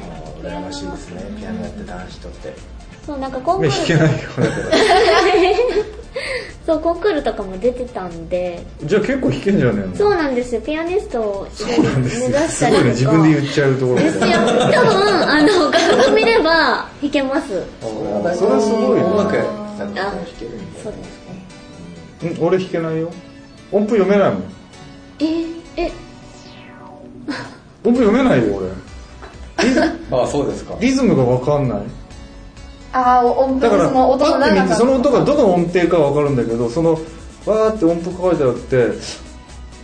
Speaker 3: 羨ましいですねピアノやってた人って
Speaker 5: そうなんかコンク
Speaker 4: 目弾け
Speaker 5: ール
Speaker 4: ないよだけ
Speaker 5: そうコンクールとかも出てたんで
Speaker 4: どじゃあ結構弾けんじゃねえの
Speaker 5: そうなんですよピアニストを
Speaker 4: なん
Speaker 5: 目
Speaker 4: で
Speaker 5: 指
Speaker 4: すよ
Speaker 5: し
Speaker 4: す
Speaker 5: たり
Speaker 4: ごいね
Speaker 5: とか
Speaker 4: 自分で言っちゃうところ
Speaker 5: ですよ多分あの楽譜見れば弾けます
Speaker 4: それはすごいね
Speaker 3: 音楽やってた人弾けるんだ
Speaker 5: そ
Speaker 3: よ
Speaker 5: う
Speaker 3: ね
Speaker 5: ですね
Speaker 4: うん俺弾けないよ音符読めないもん
Speaker 5: ええ
Speaker 4: 音符読めないよ俺リズ
Speaker 3: あそうですか
Speaker 4: リズムが分かんない
Speaker 2: ああ音
Speaker 4: だ
Speaker 2: 符
Speaker 4: から
Speaker 2: その音の
Speaker 4: パッて見て
Speaker 2: 長
Speaker 4: そ
Speaker 2: さ
Speaker 4: の音がどの音程か分かるんだけどそのわーって音符書いてあって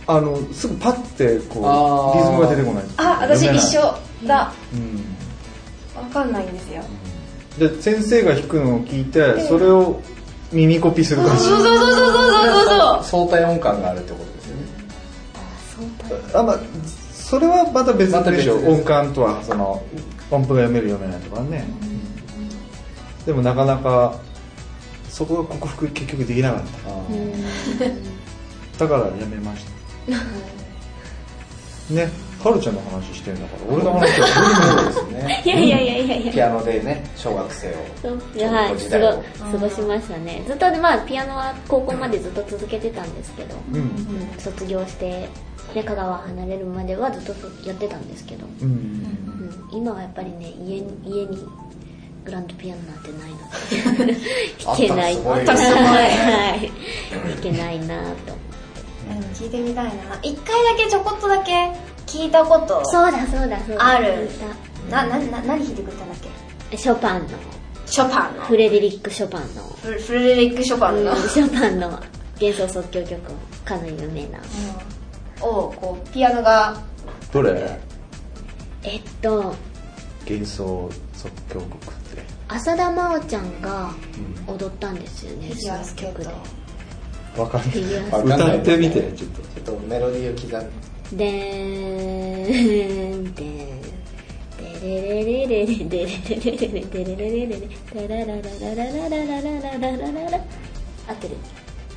Speaker 4: あのすぐパッてこう
Speaker 3: あー
Speaker 4: リズムが出てこない
Speaker 2: あ私
Speaker 4: 読め
Speaker 2: 一
Speaker 4: ない
Speaker 2: 緒だ
Speaker 4: うん
Speaker 2: わかんないんですよ
Speaker 4: で先生が弾くのを聞いてそれを耳コピーする 感じ
Speaker 2: そうそうそうそうそうそうそう
Speaker 3: 相対音感があるってことですよね
Speaker 4: あまあそれはまた別
Speaker 3: また
Speaker 4: で
Speaker 3: 別
Speaker 4: しょ、
Speaker 3: です
Speaker 4: 音感とはその音符が読める読めないとかね、でもなかなかそこが克服結局できなかっ
Speaker 3: あ
Speaker 4: ただからやめましたねタルちゃんの話してんだから俺の話は
Speaker 3: そうですね
Speaker 5: いやいやいやいやいや
Speaker 3: ピアノでね小学生を
Speaker 5: そう
Speaker 3: 小学
Speaker 5: は
Speaker 3: 校
Speaker 5: い、
Speaker 3: 時
Speaker 5: 過
Speaker 3: 代を
Speaker 5: ご過ごしましたねずっとでまあピアノは高校までずっと続けてたんですけど、
Speaker 4: うんうん
Speaker 5: うん卒業してで香川離れるまではずっとやってたんですけど、
Speaker 4: う
Speaker 5: うんん、今はやっぱりね家に家にグランドピアノなんてないので弾けない
Speaker 3: あった
Speaker 2: らすごいよ
Speaker 5: はい弾けないなと
Speaker 2: うん聞いてみたいな一回だけちょこっとだけ聞いたこと
Speaker 5: そうだそうだそうだ
Speaker 2: ある
Speaker 5: 聞い
Speaker 2: ななな何弾いてくれたんだっけ
Speaker 5: たショパンの
Speaker 2: ショパンの
Speaker 5: フレデリック・ショパンの
Speaker 2: フレフレデリック・ショパンの、
Speaker 5: うんショパンの 幻想即興曲かの有名な
Speaker 2: をこうピアノが
Speaker 4: どれ
Speaker 5: えっと
Speaker 4: 幻想即興国って
Speaker 5: 浅田真央ちゃんが踊ったんですよね、
Speaker 2: フィギュアスケート
Speaker 5: その曲
Speaker 4: わかん
Speaker 5: いや
Speaker 4: ない歌ってみてちょっと
Speaker 3: ちょっとメロディーを刻んで
Speaker 5: でーんでーんでれれれれれでれれれれでれれれれれでららららららららららららら合ってる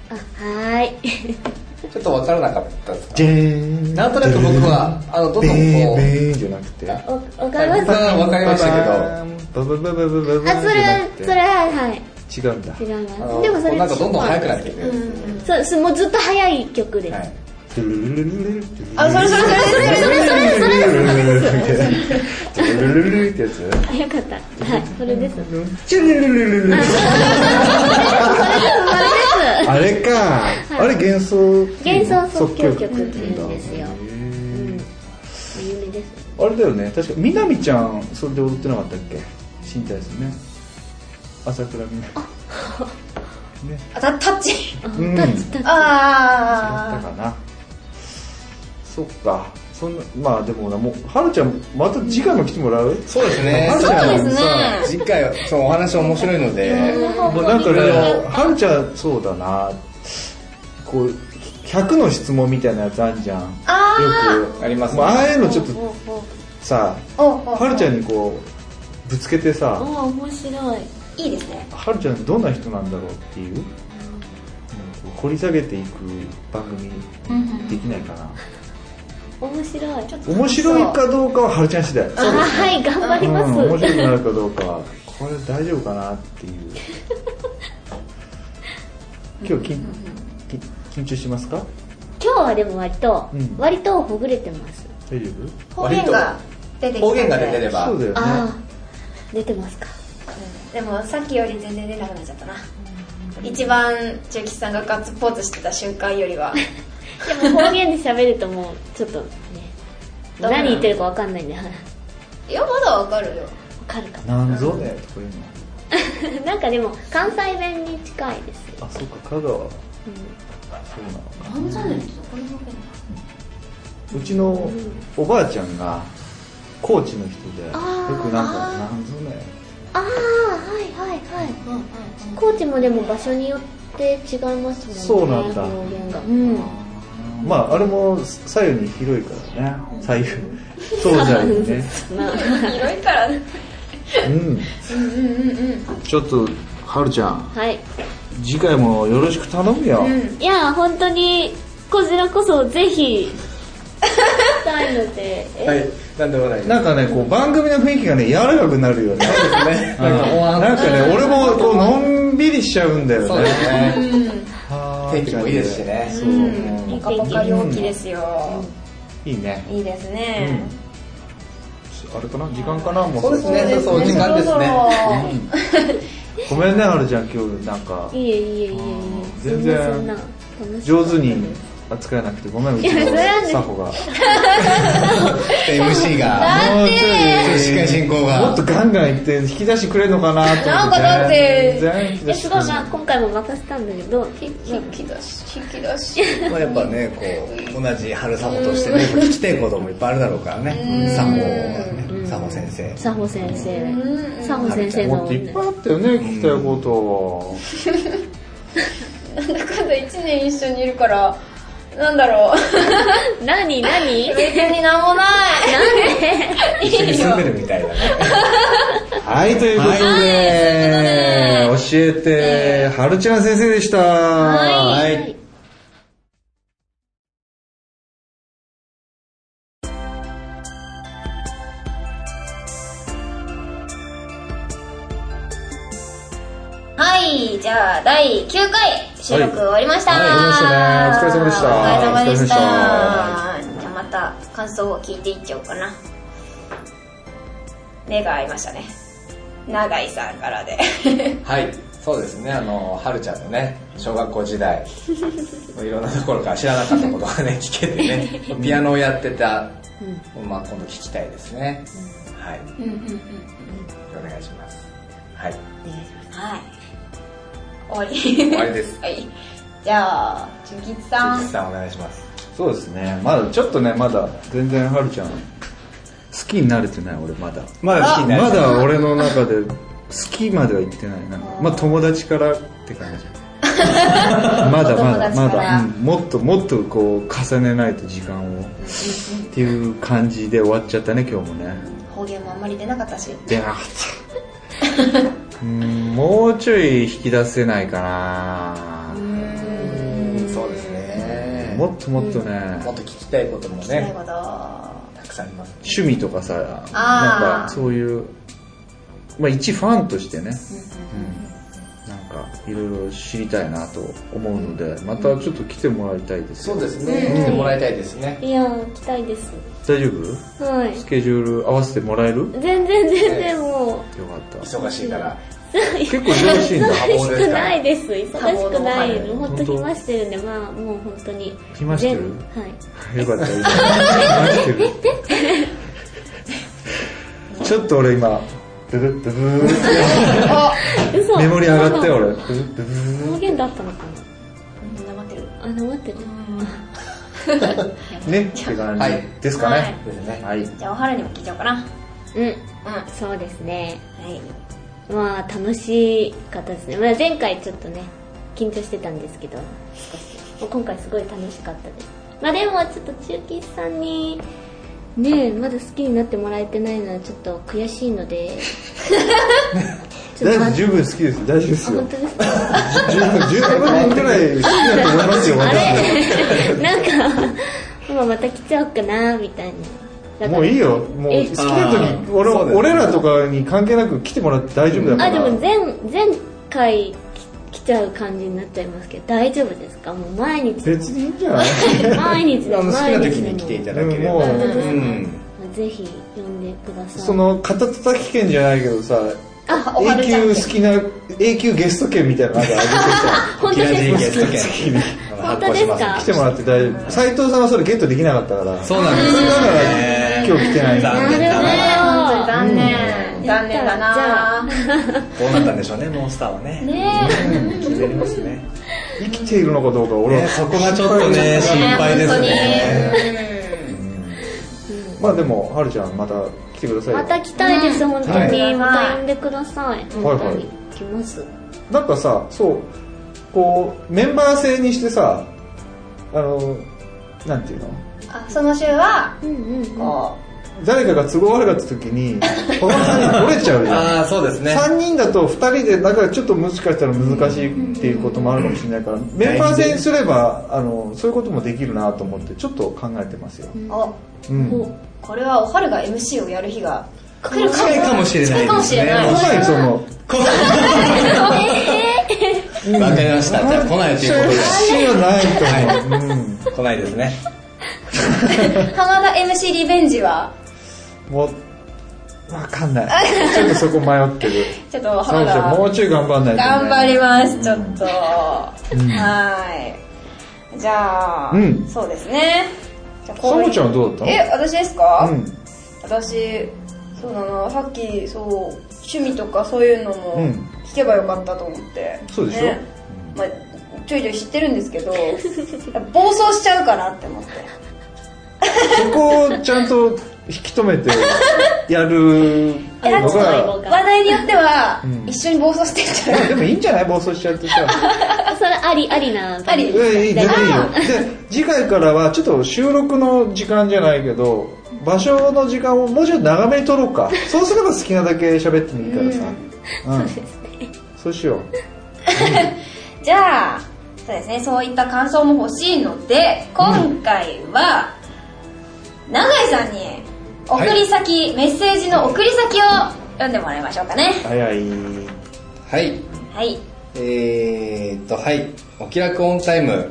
Speaker 5: あはーい
Speaker 3: ちょっと分からなかったですか
Speaker 4: ジェーン
Speaker 3: なんとなく僕はあのどんどんこう
Speaker 4: ベーベーじゃなくて
Speaker 5: おおかまさ
Speaker 3: わかりましたけど
Speaker 4: どバババババババ
Speaker 5: あそれはそれははい
Speaker 4: 違うんだ
Speaker 5: 違い
Speaker 3: あ
Speaker 5: ま
Speaker 3: の
Speaker 5: すでもそれ
Speaker 3: なんかどんどん速くなってきてるんですよね
Speaker 5: そうすもうずっと速い曲です、
Speaker 3: はい
Speaker 2: あそれそれそれそれ
Speaker 5: それそれそれです
Speaker 4: それルルルルルってやつ
Speaker 5: あよかったはいそれですそれです
Speaker 4: チュルルルルルル
Speaker 5: それです
Speaker 4: あれかあれ幻想
Speaker 5: 幻想即興曲っていうんですよ
Speaker 4: へ
Speaker 5: う
Speaker 4: ー
Speaker 5: ん有名です
Speaker 4: あれだよね確かみなみちゃんそれで踊ってなかったっけ新体ですね朝倉みなみね
Speaker 2: あタタッチ
Speaker 5: あ
Speaker 4: うん
Speaker 5: タッチタッチ
Speaker 4: だった
Speaker 2: あ
Speaker 4: かなそっかそんなまあでもなもうはるちゃんまた次回も来てもらう
Speaker 3: そうですね
Speaker 4: そうです
Speaker 2: ね
Speaker 3: そう次回はそうお話面白いので
Speaker 2: あ
Speaker 4: もうなんかね、はるちゃん、そうだな、こう、100の質問みたいなやつあんじゃん。よ
Speaker 2: あ
Speaker 4: く
Speaker 3: ありますね
Speaker 4: もうああいうのちょっとさ、
Speaker 2: ーおうおう
Speaker 4: はるちゃんにこう、ぶつけて
Speaker 5: あ
Speaker 4: さ、
Speaker 5: 面白い
Speaker 2: いいですね
Speaker 4: はるちゃんどんな人なんだろうっていう、うん掘り下げていく番組できないかな。
Speaker 5: 面白いちょっ
Speaker 4: 面白いかどうかははるちゃん次第。
Speaker 5: あはい頑張り
Speaker 4: う
Speaker 5: ま
Speaker 4: ん、面
Speaker 5: す、
Speaker 4: 白くなるかどうかは、これ大丈夫かなって いう。今日きん、き緊張しますか
Speaker 5: 今日はでも割と、
Speaker 4: うん
Speaker 5: 割とほぐれてます
Speaker 4: 大丈
Speaker 2: 方言が出てきた
Speaker 3: 方言が出てれ
Speaker 2: ば
Speaker 4: 夫
Speaker 3: ば
Speaker 4: そうだよ
Speaker 5: あ
Speaker 4: ね
Speaker 5: あ出てますか
Speaker 2: でもさっきより全然出なくなっちゃったな一番中吉さんがガッツポーズしてた瞬間よりは
Speaker 5: でも方言で喋るともうちょっとね
Speaker 2: どうなの
Speaker 5: 何言ってるかわかんないんではいわ
Speaker 2: いやまだわかるよ
Speaker 5: かるかな
Speaker 4: なんぞねとかいうの
Speaker 5: なんかでも関西弁に近いですよ
Speaker 4: あそうか香川そうなのか
Speaker 2: なんじゃねえこれもわかんないう
Speaker 4: ちのおばあちゃんが高知の人でよく
Speaker 5: あー
Speaker 4: なんかなんぞね
Speaker 5: ああはいはいはい、高知もでも場所によって違いますもんね
Speaker 4: そうなんだ
Speaker 5: 方言がうん
Speaker 4: まああれも左右に広いからね左右東西にね
Speaker 5: まあ
Speaker 2: 広いからね
Speaker 4: うんちょっとはるちゃん
Speaker 5: はい
Speaker 4: 次回もよろしく頼むよ
Speaker 5: いや本当にこちらこそぜひしたいのでえ
Speaker 3: はいなんでもないです
Speaker 4: なんかねこう番組の雰囲気がね柔らかくなるよね
Speaker 3: ね
Speaker 4: うんなんかね俺もこうのんびりしちゃうんだよ
Speaker 3: そう
Speaker 4: ね
Speaker 3: ですね
Speaker 4: はー
Speaker 3: 天気もいいですしね
Speaker 4: そう、
Speaker 2: ポカポカ陽気ですよ、
Speaker 4: いいね
Speaker 2: いいですね、
Speaker 4: あれかな時間かなもう
Speaker 3: そうですね
Speaker 2: そうですね
Speaker 3: そう時間ですね
Speaker 4: ごめんねはるちゃん今日なんか
Speaker 5: いえいえいえいえ
Speaker 4: 全
Speaker 5: そんな
Speaker 4: 然
Speaker 5: そんな楽しい
Speaker 4: 上手に扱えなくてごめんうちの
Speaker 5: いやそれはね
Speaker 4: サホがもう
Speaker 3: MC が
Speaker 4: ちょ
Speaker 3: しっかり進行が
Speaker 4: もっとガンガンいって引き出してくれるのかなと思って
Speaker 2: なんかだって
Speaker 4: 全然引き
Speaker 5: い
Speaker 4: 出
Speaker 5: や
Speaker 4: し
Speaker 5: す
Speaker 4: てくれ
Speaker 5: ごいまあ
Speaker 4: ない
Speaker 5: 今回も任せたんだけどひひ
Speaker 2: 引き出し引き出し
Speaker 3: まあやっぱねこう同じ春サモとしてね聞きたいこともいっぱいあるだろうからねサモねサモ先生
Speaker 5: 佐保先生佐保先生
Speaker 4: も
Speaker 5: の
Speaker 4: っといっぱいあったよね聞きたいことを
Speaker 2: なんだかんだ1年一緒にいるからなんだ ろう
Speaker 5: 何何
Speaker 2: 別になんもない
Speaker 3: 一緒に住んでるみたいだね
Speaker 4: はいということで、教えてはるちゃん先生でした
Speaker 5: はい
Speaker 2: い、じゃあ、第9回収録終わりました、
Speaker 4: はいはい終わりましたねお疲れ様でした
Speaker 2: お疲れ様でした。
Speaker 4: お
Speaker 2: じゃあまた感想を聞いていっちゃおうかな。目が合いましたね。永井さんからで。
Speaker 3: はい、そうですね、あの、はるちゃんのね、小学校時 代、もういろんなところから知らなかったことがね、聞けてね、ピアノをやってた、まあ今度聞きたいですね。はい、
Speaker 2: うんうんうん。
Speaker 3: お願いします。はい、
Speaker 2: はい。終わり。終
Speaker 3: わりです
Speaker 2: はい。じゃあ、純吉さん
Speaker 3: 鈴木。さんお願いします。
Speaker 4: そうですねまだちょっとねまだ全然はるちゃん好きになれてない俺まだ
Speaker 3: まだ好きになり
Speaker 4: ま
Speaker 3: ました
Speaker 4: だ俺の中で好きまでは言ってないなんかまあ友達からって感 じまだまだま
Speaker 2: 友達から
Speaker 4: だ、うんもっともっとこう重ねないと時間をっていう感じで終わっちゃったね今日もね
Speaker 2: 方言もあんまり出なかったし。
Speaker 4: 出なかった うんもうちょい引き出せないかな
Speaker 3: うんそうですね。
Speaker 4: もっともっとね
Speaker 3: もっと聞きたいことも
Speaker 2: なる
Speaker 3: ね
Speaker 2: ほ、ど。
Speaker 3: たくさんあります。
Speaker 4: 趣味とかさ
Speaker 2: あー
Speaker 4: なんかそういう、まあ、一ファンとしてね、うん、なんかいろいろ知りたいなと思うのでまたちょっと来てもらいたいですよ
Speaker 3: そうですね、来てもらいたいですね。
Speaker 5: いやー来たいです
Speaker 4: 大丈夫
Speaker 5: はい
Speaker 4: スケジュール合わせてもらえるよか
Speaker 5: 全然全然も
Speaker 4: った
Speaker 3: 忙しいから。
Speaker 5: う
Speaker 4: 結構忙しいんだ
Speaker 5: 忙しくないです忙しくな
Speaker 2: 多忙
Speaker 5: い
Speaker 2: の
Speaker 5: 本当暇してるんでまあもう本当に
Speaker 4: 暇してる
Speaker 5: 全はい
Speaker 4: よかったよかった話してるちょっと俺今ドゥドゥドゥドゥ
Speaker 5: 嘘
Speaker 4: メモリ上がったよ俺
Speaker 5: 嘘
Speaker 4: ドゥドゥドゥ
Speaker 5: 方言だったのか
Speaker 2: みんな待ってる。
Speaker 5: なあの待ってる
Speaker 4: ねって感じ
Speaker 3: はい
Speaker 4: ですかね
Speaker 3: ですね。
Speaker 4: はい
Speaker 2: じゃあ、おはるにも聞いちゃおうかな。
Speaker 5: うん
Speaker 2: うん。は
Speaker 5: そうですね
Speaker 2: い。
Speaker 5: まあ楽しかったですね、まあ、前回ちょっとね緊張してたんですけど少しもう今回すごい楽しかったですまあでもちょっと中吉さんにねえまだ好きになってもらえてないのはちょっと悔しいので ちょっ
Speaker 4: 大
Speaker 5: と
Speaker 4: 丈夫十
Speaker 5: 待って
Speaker 4: 分好きです大丈夫です
Speaker 5: あ
Speaker 4: よ
Speaker 5: 本当ですか
Speaker 4: 十分十分ぐらい好きだと思いますよ
Speaker 5: あ
Speaker 4: 私
Speaker 5: れ なんか今また来ちゃおうかなみたいな
Speaker 4: もういい
Speaker 5: よ
Speaker 4: よもう
Speaker 5: え
Speaker 4: 好きな
Speaker 3: あ
Speaker 4: 時
Speaker 3: ー
Speaker 4: 俺
Speaker 3: そうだよね
Speaker 4: 俺らとかに関係なく来てもらって大丈夫だ
Speaker 5: あ
Speaker 4: か
Speaker 5: で
Speaker 4: ら
Speaker 5: も前前回き来ちゃう感じになっちゃいますけど大丈夫ですかもう毎日
Speaker 4: 別にいいんじゃない
Speaker 5: 毎日で
Speaker 3: あの
Speaker 5: も
Speaker 3: 好きな
Speaker 5: 毎
Speaker 3: 時
Speaker 5: 日で
Speaker 3: に
Speaker 5: も
Speaker 3: 来ていただければ。
Speaker 4: もう
Speaker 3: うん。
Speaker 5: ぜひ呼んでください
Speaker 4: その肩たたき券じゃないけどさ
Speaker 2: あ、おは
Speaker 4: 永
Speaker 2: るちゃん
Speaker 4: 久。好きな永久ゲスト券みたいなのあげてさ
Speaker 5: 本当です
Speaker 3: ゲ
Speaker 5: か
Speaker 3: スト券
Speaker 5: 本当ですか
Speaker 4: 来てもらって大丈夫斎藤さんはそれゲットできなかったから
Speaker 3: そうなんですよ
Speaker 4: だから
Speaker 3: ね
Speaker 4: 今日来てない
Speaker 3: 残
Speaker 5: な
Speaker 3: 念
Speaker 5: る
Speaker 3: だな
Speaker 5: ほど
Speaker 2: 残念。残念だな
Speaker 3: どうなったんでしょうねモンスターはね
Speaker 2: ね
Speaker 3: 気になりますね
Speaker 4: 生きているのかどうか俺は、
Speaker 3: ねそこがちょっとね
Speaker 2: え。
Speaker 3: 心配です
Speaker 2: ね
Speaker 3: ね
Speaker 2: 本当に。うん
Speaker 4: まあでもはるちゃんまた来てくださいよ
Speaker 5: また来たいです、本当に、
Speaker 2: はい
Speaker 5: また呼んでください、
Speaker 4: はい
Speaker 5: 本当に来ます
Speaker 4: なんかさそうこうメンバー制にしてさあのなんていうの
Speaker 2: あ、その週は、
Speaker 5: うんうんうん
Speaker 2: こ
Speaker 4: 誰かが都合悪かった時にこの3人取れちゃうじゃん
Speaker 3: ああそうですね
Speaker 4: 3人だと2人でだからちょっともしかしたら難しいっていうこともあるかもしれないからメンバー制にすればあのそういうこともできるなと思ってちょっと考えてますよ、
Speaker 2: う、お、
Speaker 4: うん、
Speaker 5: お
Speaker 4: 来
Speaker 2: これはおはるが MC をやる日が来るかも
Speaker 3: 近いかもしれないですね
Speaker 2: 近かもしれな
Speaker 3: も
Speaker 2: い
Speaker 3: し
Speaker 4: ないその
Speaker 3: わかりましたじゃあ来ないという
Speaker 4: 必要ないと思う、うん
Speaker 3: ことで来ないですね
Speaker 2: 浜田 MC リベンジは
Speaker 4: もうわかんないちょっとそこ迷ってる
Speaker 2: ちょっと
Speaker 4: サウ
Speaker 2: 浜
Speaker 4: ちゃん
Speaker 2: 田
Speaker 4: もうちょい頑張んないと、ね、
Speaker 2: 頑張りますちょっと、はいじゃあ、
Speaker 4: うん
Speaker 2: そうですねじゃあ
Speaker 4: サボちゃんはどうだった
Speaker 2: え私ですか、
Speaker 4: うん
Speaker 2: 私そうだなさっきそう趣味とかそういうのも
Speaker 4: うん
Speaker 2: 聞けばよかったと思って、
Speaker 4: そうでしょ
Speaker 2: ねまあ、ちょいちょい知ってるんですけど暴走しちゃうかなって思って
Speaker 4: そこをちゃんと引き止めて やる
Speaker 5: え
Speaker 4: の
Speaker 5: ちょっと最
Speaker 4: が
Speaker 5: 後
Speaker 2: 話題によっては、
Speaker 4: ん
Speaker 2: 一緒に暴走してっちゃう
Speaker 4: でもいいんじゃない暴走しちゃってさ
Speaker 5: あそれありありな
Speaker 2: あり
Speaker 4: いやいや全然いい
Speaker 5: あ
Speaker 4: よで次回からはちょっと収録の時間じゃないけど場所の時間をもうちょっと長めに取ろうかそうすれば好きなだけ喋ってもいいからさ、うんそうしよう
Speaker 2: じゃあそうですねそういった感想も欲しいので今回は、永井さんに送り先、メッセージの送り先を読んでもらいましょうかね
Speaker 4: 早い
Speaker 3: はい
Speaker 2: はい
Speaker 3: えーっとはいお気楽オンタイム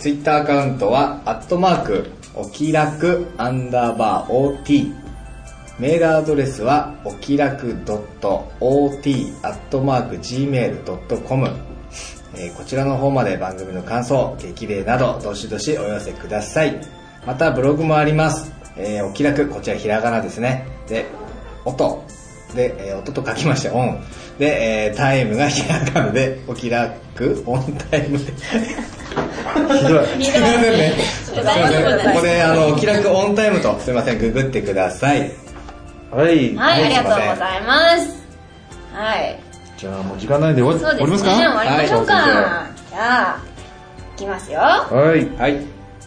Speaker 3: ツイッターアカウントはアットマークお気楽アンダーバー OT メールアドレスはお気楽 .ot アットマーク gmail.com えーこちらの方まで番組の感想激励などどしどしお寄せくださいまたブログもあります、えーお気楽こちらひらがなですねで音で、えー音と書きましてオンで、えータイムがひらがなでお気楽オンタイムでひどいすいませんねすいませんここであのお気楽オンタイムとすいませんググってください
Speaker 4: はい、
Speaker 2: はい、ありがとうございます。はい。
Speaker 6: じゃあもう時間ないんで終
Speaker 2: そ
Speaker 6: わ
Speaker 2: う
Speaker 6: 終
Speaker 2: で
Speaker 6: わりますす
Speaker 2: ね。終
Speaker 6: か
Speaker 2: わりましょうか。
Speaker 3: は
Speaker 2: じゃあ、いきますよ。
Speaker 4: はい
Speaker 3: はい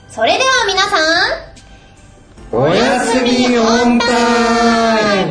Speaker 2: それでは皆さん、
Speaker 3: おやすみオンタイム